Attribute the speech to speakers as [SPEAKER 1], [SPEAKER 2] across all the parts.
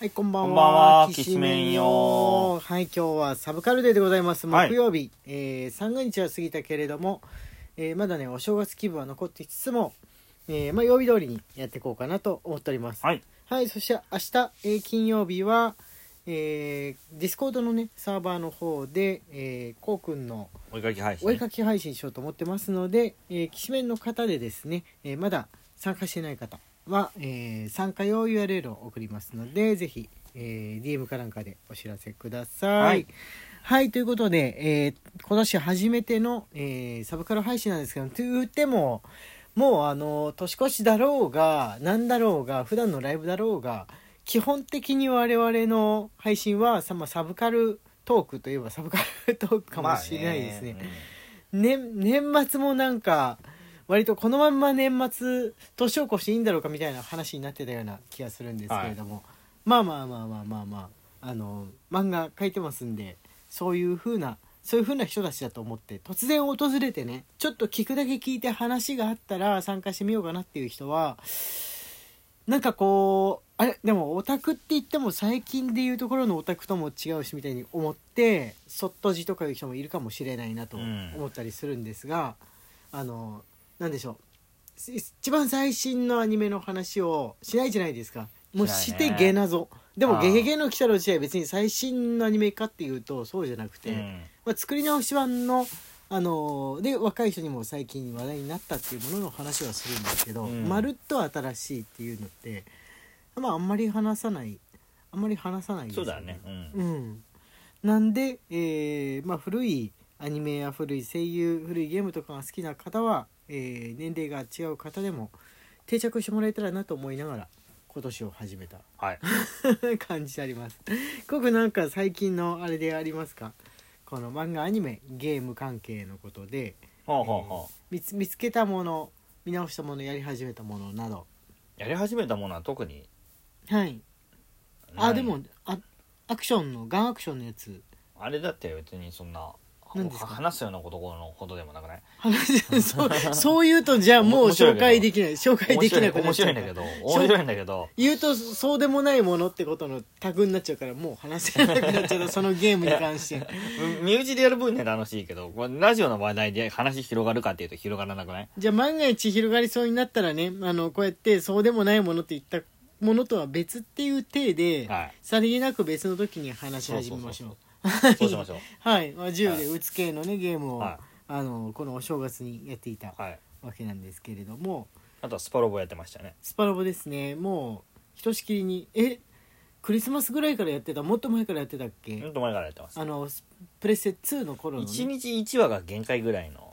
[SPEAKER 1] はい、こんばんは。
[SPEAKER 2] こんばんは
[SPEAKER 1] き
[SPEAKER 2] き
[SPEAKER 1] し
[SPEAKER 2] し
[SPEAKER 1] め
[SPEAKER 2] め
[SPEAKER 1] ん
[SPEAKER 2] ん
[SPEAKER 1] よ
[SPEAKER 2] よ。
[SPEAKER 1] はい、今日はサブカルデーでございます。
[SPEAKER 2] はい
[SPEAKER 1] 木曜日、えー、三が日は過ぎたけれども、えーまだね、お正月気分は残っていつつも、えーまあ、曜日通りにやっていこうかなと思っております。
[SPEAKER 2] はい。
[SPEAKER 1] はい、そして明日、えー金曜日は、えー、ディスコードのね、サーバーの方で、えー、こうくんの
[SPEAKER 2] お絵かき配信
[SPEAKER 1] お
[SPEAKER 2] ね、
[SPEAKER 1] 絵かき配信しようと思ってますので、えー、きしめんの方でですね、えーまだ参加してない方は、えー参加用 URL を送りますのでぜひ、えー DM かなんかでお知らせください。は
[SPEAKER 2] はいい、
[SPEAKER 1] ということで、えー今年初めての、えーサブカル配信なんですけどと言ってももうあの年越しだろうが何だろうが普段のライブだろうが基本的に我々の配信はさまあサブカルトークといえばサブカルトークかもしれないですね。
[SPEAKER 2] まあうん
[SPEAKER 1] 年年末もなんか割とこのまんま年末年を越していいんだろうかみたいな話になってたような気がするんですけれども、まあまあまあまあまあまああの漫画書いてますんでそういう風なそういう風な人たちだと思って突然訪れてねちょっと聞くだけ聞いて話があったら参加してみようかなっていう人はなんかこうあれでもオタクって言っても最近でいうところのオタクとも違うしみたいに思ってそっとじとかいう人もいるかもしれないなと
[SPEAKER 2] うん
[SPEAKER 1] 思ったりするんですが、あのなんでしょうい一番最新のアニメの話をしないじゃないですかもう
[SPEAKER 2] し
[SPEAKER 1] し
[SPEAKER 2] ないね
[SPEAKER 1] てゲなぞで
[SPEAKER 2] あ
[SPEAKER 1] も「
[SPEAKER 2] ー
[SPEAKER 1] ゲゲゲの鬼太郎」自体別に最新のアニメかっていうとそうじゃなくて、
[SPEAKER 2] うん
[SPEAKER 1] まあ、作り直し版の、あのーで若い人にも最近話題になったっていうものの話はするんですけど、
[SPEAKER 2] うん
[SPEAKER 1] まるっと新しいっていうのって、まあ、あんまり話さないあんまり話さないです
[SPEAKER 2] そ
[SPEAKER 1] よ
[SPEAKER 2] うだね、うん
[SPEAKER 1] うん、なんで、えーまあ、古いアニメや古い声優古いゲームとかが好きな方は、えー年齢が違う方でも定着してもらえたらなと思いながら今年を始めた
[SPEAKER 2] はい
[SPEAKER 1] 感じであります。コくなんか最近のあれでありますかこの漫画アニメゲーム関係のことで
[SPEAKER 2] ほうほうほ
[SPEAKER 1] 見つ見つけたもの見直したものやり始めたものなど
[SPEAKER 2] うやり始めたものは特に
[SPEAKER 1] はい
[SPEAKER 2] ない
[SPEAKER 1] あでもあアクションのガンアクションのやつ
[SPEAKER 2] あれだって別にそんな
[SPEAKER 1] 何ですか
[SPEAKER 2] 話すようなことのほどでもなくない
[SPEAKER 1] 話せそうそう言うとじゃあもう
[SPEAKER 2] 面白い
[SPEAKER 1] 紹
[SPEAKER 2] けど
[SPEAKER 1] 介できない紹 介できなくな
[SPEAKER 2] 面
[SPEAKER 1] っち
[SPEAKER 2] 白
[SPEAKER 1] ゃ
[SPEAKER 2] い面白い
[SPEAKER 1] うん
[SPEAKER 2] だけ
[SPEAKER 1] から
[SPEAKER 2] ど面白いんだけ ど
[SPEAKER 1] 言うとそうでもないものってことのタグになっちゃうからもう話せなくなっ ちゃうそのゲームに関して
[SPEAKER 2] うん身内でやる分には楽しいけどこれラジオの話題で話広がるかっていうと広がらなくない
[SPEAKER 1] じゃあ万が一広がりそうになったらねあのこうやってそうでもないものって言ったものとは別っていう体で、
[SPEAKER 2] はい
[SPEAKER 1] さりげなく別の時に話し始めましょう
[SPEAKER 2] そうしましょう
[SPEAKER 1] はい、まあ、銃
[SPEAKER 2] は
[SPEAKER 1] で
[SPEAKER 2] い
[SPEAKER 1] 打つ系のねゲームを、
[SPEAKER 2] は
[SPEAKER 1] あのこのお正月にやっていた
[SPEAKER 2] はい
[SPEAKER 1] わけなんですけれども、
[SPEAKER 2] あとはスパロボやってましたね
[SPEAKER 1] スパロボですねもうひとしきりにえクリスマスぐらいからやってたもっと前からやってたっ
[SPEAKER 2] う
[SPEAKER 1] け
[SPEAKER 2] んと前からやってます
[SPEAKER 1] あのスプレステ2の頃の、
[SPEAKER 2] 1
[SPEAKER 1] ね、
[SPEAKER 2] 日1話が限界ぐらいの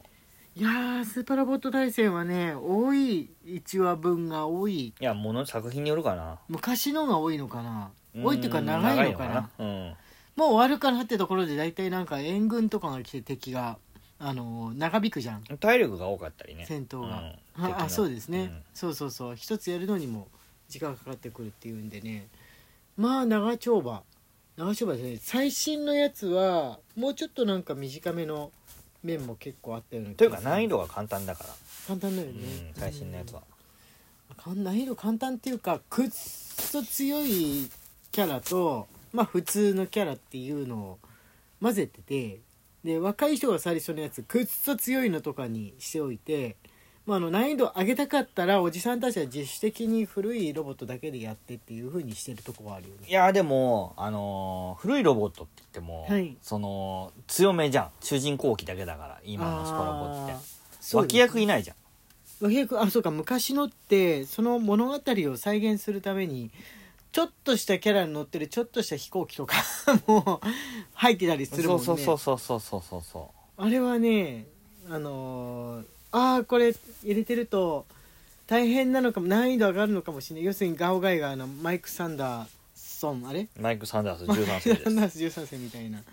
[SPEAKER 1] いやースーパーロボット対戦はね多い1話分が多い
[SPEAKER 2] いやもの作品によるかな
[SPEAKER 1] 昔のが多いのかな多いっていうか
[SPEAKER 2] ん
[SPEAKER 1] 長いのかな
[SPEAKER 2] 長いのか
[SPEAKER 1] もう終わるかなってところで大体なんか援軍とかが来て敵があのー長引くじゃん
[SPEAKER 2] うん体力が多かったりね
[SPEAKER 1] 戦闘が、
[SPEAKER 2] うん敵
[SPEAKER 1] あ
[SPEAKER 2] の
[SPEAKER 1] あそうですね、
[SPEAKER 2] うん
[SPEAKER 1] そうそうそう一つやるのにも時間がかかってくるっていうんでねまあ長丁場長丁場ですね最新のやつはもうちょっとなんか短めの面も結構あったような気が
[SPEAKER 2] というか
[SPEAKER 1] する
[SPEAKER 2] 難易度が簡単だから、
[SPEAKER 1] 簡単だよ
[SPEAKER 2] う
[SPEAKER 1] ね、
[SPEAKER 2] ん、最新のやつは、
[SPEAKER 1] か難易度簡単っていうかくっそ強いキャラとまあ普通のキャラっていうのを混ぜててで若い人が最初のやつくっそ強いのとかにしておいて、まあ、あの難易度上げたかったらおじさんたちは自主的に古いロボットだけでやってっていう風にしてるとこはあるよね
[SPEAKER 2] いやーでも、あのー古いロボットって言っても、
[SPEAKER 1] はい
[SPEAKER 2] その強めじゃん主人公機だけだから今のスパロボって
[SPEAKER 1] あーそう
[SPEAKER 2] 脇役いないじゃん
[SPEAKER 1] 脇役あそうか昔のってその物語を再現するためにちょっとしたキャラに乗ってるちょっとした飛行機とか もう入ってたりするも
[SPEAKER 2] そ
[SPEAKER 1] ん
[SPEAKER 2] う
[SPEAKER 1] ね
[SPEAKER 2] そうそうそうそうそうそうそ
[SPEAKER 1] あれはねあのーああこれ入れてると大変なのかも難易度上がるのかもしれない要するにガオガイガーのマイク・サンダーソンあれ
[SPEAKER 2] うマイク・サンダース
[SPEAKER 1] マイク・
[SPEAKER 2] 13
[SPEAKER 1] サ
[SPEAKER 2] 歳です、う
[SPEAKER 1] ン
[SPEAKER 2] ん
[SPEAKER 1] ダース13世みたいな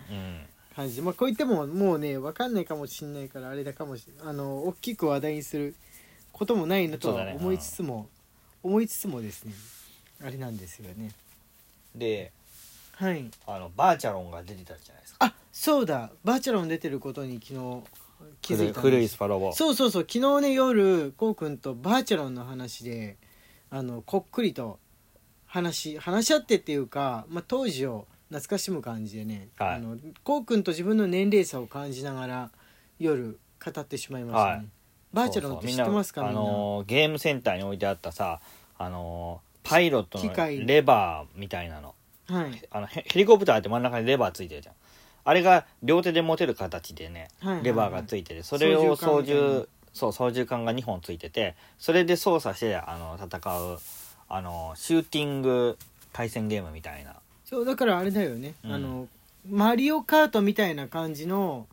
[SPEAKER 1] 感じまあこう言ってももうね分かんないかもしれないからあれだかもしあの大きく話題にすることもないなと
[SPEAKER 2] そう
[SPEAKER 1] は
[SPEAKER 2] だね
[SPEAKER 1] 思いつつも、思いつつもですねあれなんですよね
[SPEAKER 2] で
[SPEAKER 1] はい
[SPEAKER 2] あのバーチャロンが出てたじゃないですか
[SPEAKER 1] あそうだバーチャロン出てることに昨日気づいたんです
[SPEAKER 2] 古いスパロボ
[SPEAKER 1] そうそうそう昨日ね夜こうくんとバーチャロンの話であのこっくりと話話し合ってっていうか、まあ、当時を懐かしむ感じでね、
[SPEAKER 2] はい
[SPEAKER 1] あのこうくんと自分の年齢差を感じながら夜語ってしまいましたね、
[SPEAKER 2] はい
[SPEAKER 1] バーチャルのって知ってますか
[SPEAKER 2] そ
[SPEAKER 1] みん
[SPEAKER 2] う
[SPEAKER 1] な
[SPEAKER 2] そうあのーゲームセンターに置いてあったさあのーパイロット
[SPEAKER 1] 機械
[SPEAKER 2] のレバーみたいなの
[SPEAKER 1] はい
[SPEAKER 2] あのヘヘリコプターって真ん中にレバーついてるじゃんあれが両手で持てる形でね
[SPEAKER 1] はいはいはい
[SPEAKER 2] レバーがついててそれを操
[SPEAKER 1] 操縦桿みたいな
[SPEAKER 2] 縦そう操縦桿が2本ついててそれで操作してあの戦うあのシューティング対戦ゲームみたいな
[SPEAKER 1] そうだからあれだよね、
[SPEAKER 2] うん
[SPEAKER 1] あのマリオカートみたいな感じの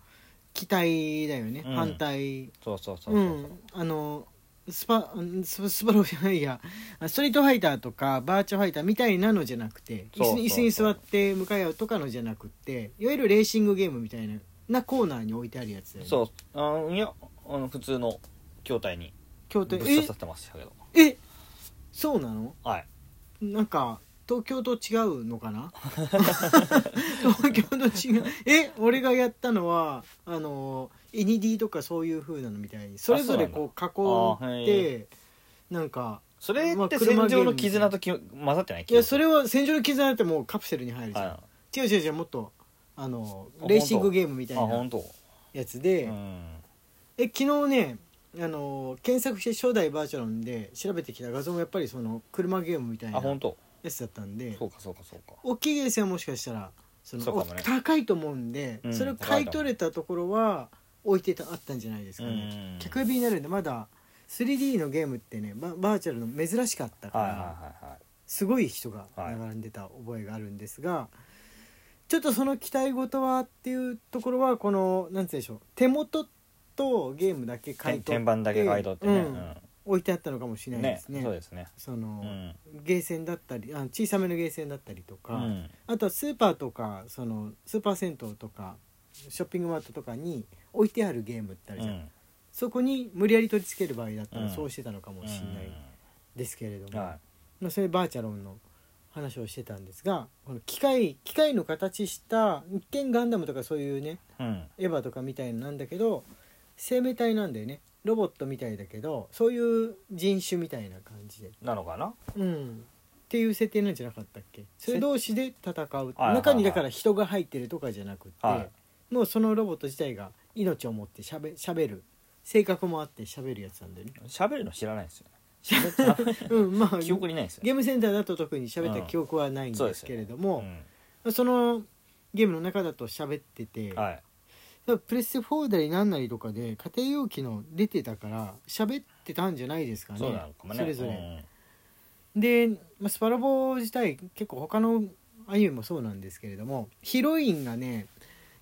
[SPEAKER 1] 機体だよね、
[SPEAKER 2] うん
[SPEAKER 1] 反対
[SPEAKER 2] そうそうそう
[SPEAKER 1] う
[SPEAKER 2] そうん
[SPEAKER 1] あのスパうんススパローじゃないやあストリートファイターとかバーチャファイターみたいなのじゃなくて
[SPEAKER 2] そ
[SPEAKER 1] 椅
[SPEAKER 2] う
[SPEAKER 1] 子
[SPEAKER 2] そう
[SPEAKER 1] に椅子に座って向かい合うとかのじゃなくていわゆるレーシングゲームみたいななコーナーに置いてあるやつだよね
[SPEAKER 2] そうあいやあの普通の筐体に
[SPEAKER 1] 京
[SPEAKER 2] ぶ
[SPEAKER 1] 都
[SPEAKER 2] っ刺
[SPEAKER 1] え
[SPEAKER 2] さってましたけど
[SPEAKER 1] えそうなの
[SPEAKER 2] はい
[SPEAKER 1] なんか東京と違うのかな東京と違うえ俺がやったのはあの ND とかそういう風なのみたいにそれぞれこう
[SPEAKER 2] そうなんだ
[SPEAKER 1] 囲ってなんか
[SPEAKER 2] それ
[SPEAKER 1] まあ
[SPEAKER 2] って
[SPEAKER 1] 車
[SPEAKER 2] 戦
[SPEAKER 1] ゲー
[SPEAKER 2] 場
[SPEAKER 1] ム
[SPEAKER 2] の
[SPEAKER 1] みたいな
[SPEAKER 2] 絆とき混ざってない
[SPEAKER 1] いやそれ
[SPEAKER 2] は
[SPEAKER 1] は戦場の絆ってもうカプセルに入るじゃん
[SPEAKER 2] あ
[SPEAKER 1] 違う違う違うもっとあの
[SPEAKER 2] あ
[SPEAKER 1] レーシングゲームみたいな
[SPEAKER 2] 本当
[SPEAKER 1] やつ
[SPEAKER 2] う
[SPEAKER 1] で、
[SPEAKER 2] ん
[SPEAKER 1] え昨日ねあの検索して初代バーチャルンで調べてきた画像もやっぱりその車ゲームみたい
[SPEAKER 2] あ
[SPEAKER 1] な
[SPEAKER 2] 本当
[SPEAKER 1] やつだったんで
[SPEAKER 2] そうかそうかそうか
[SPEAKER 1] 大きいですよもしかしたらその
[SPEAKER 2] そうかもね
[SPEAKER 1] お高いと思うんで、
[SPEAKER 2] うん
[SPEAKER 1] それを買い取れたところは置いてたあったんじゃないですかね、
[SPEAKER 2] うん
[SPEAKER 1] 客指になるんでまだ 3D のゲームってねババーチャルの珍しかったから、
[SPEAKER 2] はいはいはいはい
[SPEAKER 1] すごい人が並んでた覚えがあるんですが、ちょっとその期待事はっていうところはこのなんて言うんでしょう手元とゲームだけ買い
[SPEAKER 2] 天
[SPEAKER 1] 取
[SPEAKER 2] 天板だけ買い取ってね
[SPEAKER 1] うん置いてあったのかもしれ
[SPEAKER 2] う
[SPEAKER 1] なん
[SPEAKER 2] ね
[SPEAKER 1] いですね
[SPEAKER 2] そうですね
[SPEAKER 1] そうの、
[SPEAKER 2] ん
[SPEAKER 1] ゲーセンだったりあの小さめのゲーセンだったりと
[SPEAKER 2] う
[SPEAKER 1] か、
[SPEAKER 2] ん
[SPEAKER 1] あとはスーパーとかそのスーパー銭湯とかショッピングマートとかに置いてあるゲームってある
[SPEAKER 2] う
[SPEAKER 1] じゃん、
[SPEAKER 2] ん
[SPEAKER 1] そこに無理やり取り付ける場合だった
[SPEAKER 2] う
[SPEAKER 1] ら
[SPEAKER 2] ん
[SPEAKER 1] そうしてたのかもしれないですけれども、
[SPEAKER 2] は
[SPEAKER 1] まあ、それバーチャロンの話をしてたんですがこの機械機械の形した一見ガンダムとかそういうね
[SPEAKER 2] いうん
[SPEAKER 1] エヴァとかみたいのなんだけど生命体なんだよねロボットみたいだけどそういう人種みたいな感じで、
[SPEAKER 2] なのかな
[SPEAKER 1] うん、っていう設定なんじゃなかったっけそれ同士で戦う
[SPEAKER 2] はい
[SPEAKER 1] 中にだから人が入ってるとかじゃなくて、
[SPEAKER 2] は
[SPEAKER 1] もうそのロボット自体が命を持ってしゃべしゃべる性格もあってしゃべるやつなんだよね。
[SPEAKER 2] 喋るの知らないです よね喋って
[SPEAKER 1] うんまあ
[SPEAKER 2] 記憶にないですよ
[SPEAKER 1] ゲームセンターだと特に喋った記憶はないん
[SPEAKER 2] そう
[SPEAKER 1] で
[SPEAKER 2] です
[SPEAKER 1] す
[SPEAKER 2] よ
[SPEAKER 1] けれども、
[SPEAKER 2] うん
[SPEAKER 1] そのゲームの中だと喋ってて、
[SPEAKER 2] はい
[SPEAKER 1] プレステ4なりなんなりとかで家庭用機の出てたから喋ってたんじゃないですかね
[SPEAKER 2] そうなのかもね
[SPEAKER 1] それぞ
[SPEAKER 2] う
[SPEAKER 1] れ。
[SPEAKER 2] ん
[SPEAKER 1] で、まあ、スパロボ自体結構他のアニメもそうなんですけれどもヒロインがね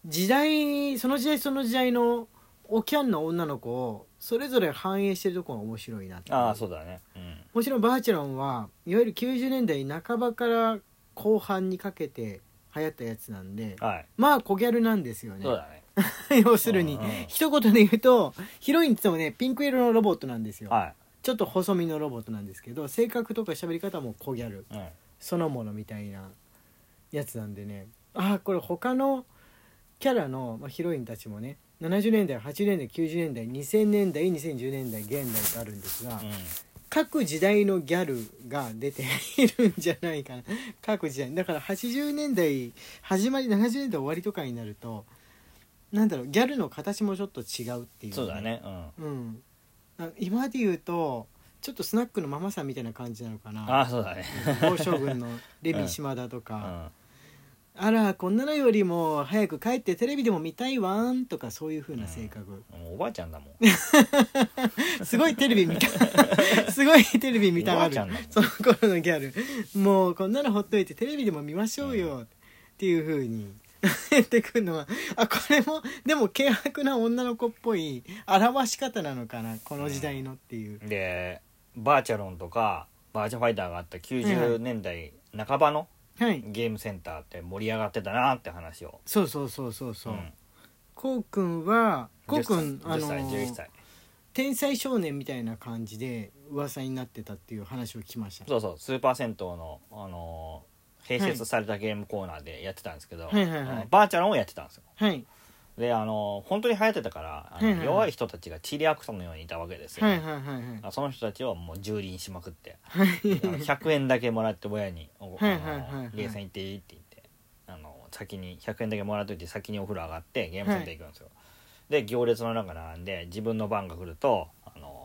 [SPEAKER 1] 時代その時代その時代のおキャンの女の子をそれぞれ反映してるところが面白いなって
[SPEAKER 2] ああそうだねうん
[SPEAKER 1] もちろんバーチャロンはいわゆる90年代半ばから後半にかけて流行ったやつなんで
[SPEAKER 2] はい
[SPEAKER 1] まあ小ギャルなんですよね
[SPEAKER 2] そうだね
[SPEAKER 1] 要するに
[SPEAKER 2] うんうん
[SPEAKER 1] 一言で言うとヒロインって言ってもねピンク色のロボットなんですよ
[SPEAKER 2] は
[SPEAKER 1] ちょっと細身のロボットなんですけど性格とか喋り方も小ギャ
[SPEAKER 2] い
[SPEAKER 1] ル
[SPEAKER 2] うん
[SPEAKER 1] そのものみたいなやつなんでねああこれ他のキャラの、まあ、ヒロインたちもね70年代80年代90年代2000年代2010年代現代とあるんですが、
[SPEAKER 2] うん
[SPEAKER 1] 各時代のギャルが出ているんじゃないかな各時代だから80年代始まり70年代終わりとかになるとなんだろうギャルの形もちょっと違うっていう
[SPEAKER 2] そうだねうん
[SPEAKER 1] うんあ今で言うとちょっとスナックのママさんみたいな感じなのか
[SPEAKER 2] あ
[SPEAKER 1] な
[SPEAKER 2] あそうだね
[SPEAKER 1] 豪将軍のレビ
[SPEAKER 2] う
[SPEAKER 1] ー
[SPEAKER 2] ん
[SPEAKER 1] 島田と
[SPEAKER 2] う
[SPEAKER 1] か、
[SPEAKER 2] ん
[SPEAKER 1] あらこんなのよりも早く帰ってテレビでも見たいわんとかそういう風な性格、
[SPEAKER 2] もうおばあちゃんだもん
[SPEAKER 1] すごいテレビ見 たすごいテレビ 見たが
[SPEAKER 2] おばあちゃん
[SPEAKER 1] る
[SPEAKER 2] だもん
[SPEAKER 1] その頃のギャルもうこんなのほっといてテレビでも見ましょう
[SPEAKER 2] う
[SPEAKER 1] よっていう風に やってくるのはあこれもでも軽薄な女の子っぽい表し方なのかなこの時代のっていう、
[SPEAKER 2] でバーチャロンとかバーチャファイターがあった
[SPEAKER 1] はいは
[SPEAKER 2] 90
[SPEAKER 1] い
[SPEAKER 2] 年代半ばの
[SPEAKER 1] はい
[SPEAKER 2] ゲームセンターって盛り上がってたなって話を
[SPEAKER 1] そうそうそうそうそう、
[SPEAKER 2] ん
[SPEAKER 1] こうくんはこうくん
[SPEAKER 2] 10歳
[SPEAKER 1] あの
[SPEAKER 2] 11歳
[SPEAKER 1] 天才少年みたいな感じで噂になってたっていう話を聞きました
[SPEAKER 2] そうそうスーパー銭湯の、あのー併設されたゲームコーナーでやってたんですけど、
[SPEAKER 1] はいはいはいはい
[SPEAKER 2] あのバーチャロンをやってたんですよ
[SPEAKER 1] はい
[SPEAKER 2] であの本当に流行ってたからあの
[SPEAKER 1] はいはいはい
[SPEAKER 2] 弱い人たちがチリアクトのようにいたわけですよ、
[SPEAKER 1] はいはいはいはい
[SPEAKER 2] その人たちをもう蹂躙しまくってあの100円だけもらって親に「おあ
[SPEAKER 1] はいはいはいはい
[SPEAKER 2] のゲーセン行っていい?」って言ってあの先に100円だけもらっといて先にお風呂上がってゲームセンター行くんですよ、で行列の中並んで自分の番が来るとあの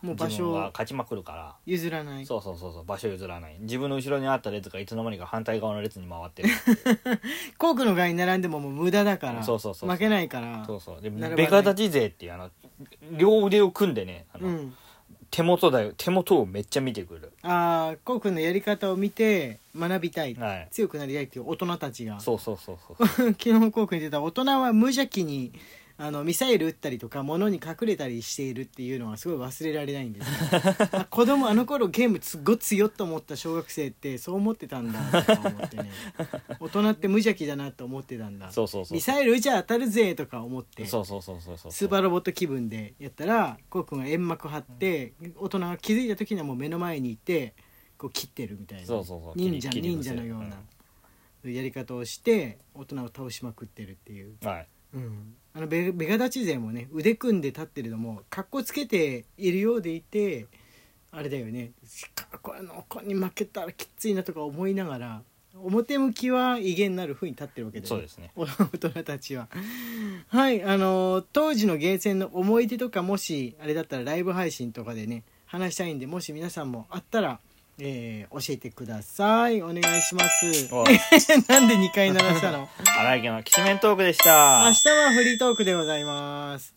[SPEAKER 1] もう場
[SPEAKER 2] 自分
[SPEAKER 1] 所
[SPEAKER 2] が
[SPEAKER 1] を
[SPEAKER 2] 勝ちまくるから
[SPEAKER 1] 譲らない
[SPEAKER 2] そうそうそうそう場所譲らない自分の後ろにあった列がいつの間にか反対側の列に回ってる
[SPEAKER 1] コークの側に並んでももう無駄だから
[SPEAKER 2] そうそうそう
[SPEAKER 1] 負けないから
[SPEAKER 2] そうそうで
[SPEAKER 1] なるほどね
[SPEAKER 2] ベカ立ち勢っていうあの両腕を組んでねあの、
[SPEAKER 1] うん
[SPEAKER 2] 手元だよ手元をめっちゃ見てくる
[SPEAKER 1] ああコウ君のやり方を見て学びたい、
[SPEAKER 2] はい
[SPEAKER 1] 強くなりたいっていう大人たちが
[SPEAKER 2] そうそうそうそう
[SPEAKER 1] 昨日コウ君に出た大人は無邪気にあのミサイル撃ったりとか物に隠れたりしているっていうのはすごい忘れられないんで すよあ子供あの頃ゲームすっごい強っと思った小学生ってそう思ってたんだとか思ってね大人って無邪気だなと思ってたんだ
[SPEAKER 2] そうそうそう
[SPEAKER 1] ミサイル撃ちゃ当たるぜとか思って
[SPEAKER 2] そうそうそうそうそう
[SPEAKER 1] スーパーロボット気分でやったらこうくんが煙幕張って、大人が気づいた時にはもう目の前にいてこう切ってるみたいな
[SPEAKER 2] そうそうそう
[SPEAKER 1] 忍者
[SPEAKER 2] 切り切り
[SPEAKER 1] 忍
[SPEAKER 2] 伏せる
[SPEAKER 1] 者のような、やり方をして大人を倒しまくってるっていう、
[SPEAKER 2] はい
[SPEAKER 1] うん、あのベベガダチ勢もね腕組んで立ってるのも格好つけているようでいてあれだよねかこれの子に負けたらきついなとか思いながら表向きは威厳なる風に立ってるわけだよ
[SPEAKER 2] そう
[SPEAKER 1] ね
[SPEAKER 2] ですね
[SPEAKER 1] 大人たちははいあのー当時のゲーセンの思い出とかもしあれだったらライブ配信とかでね話したいんでもし皆さんもあったら、えー教えてくださいお願いします
[SPEAKER 2] おい
[SPEAKER 1] なんで2回鳴らしたの
[SPEAKER 2] 荒井家のきしめんトークでし
[SPEAKER 1] 明
[SPEAKER 2] た
[SPEAKER 1] 日はフリートークでございます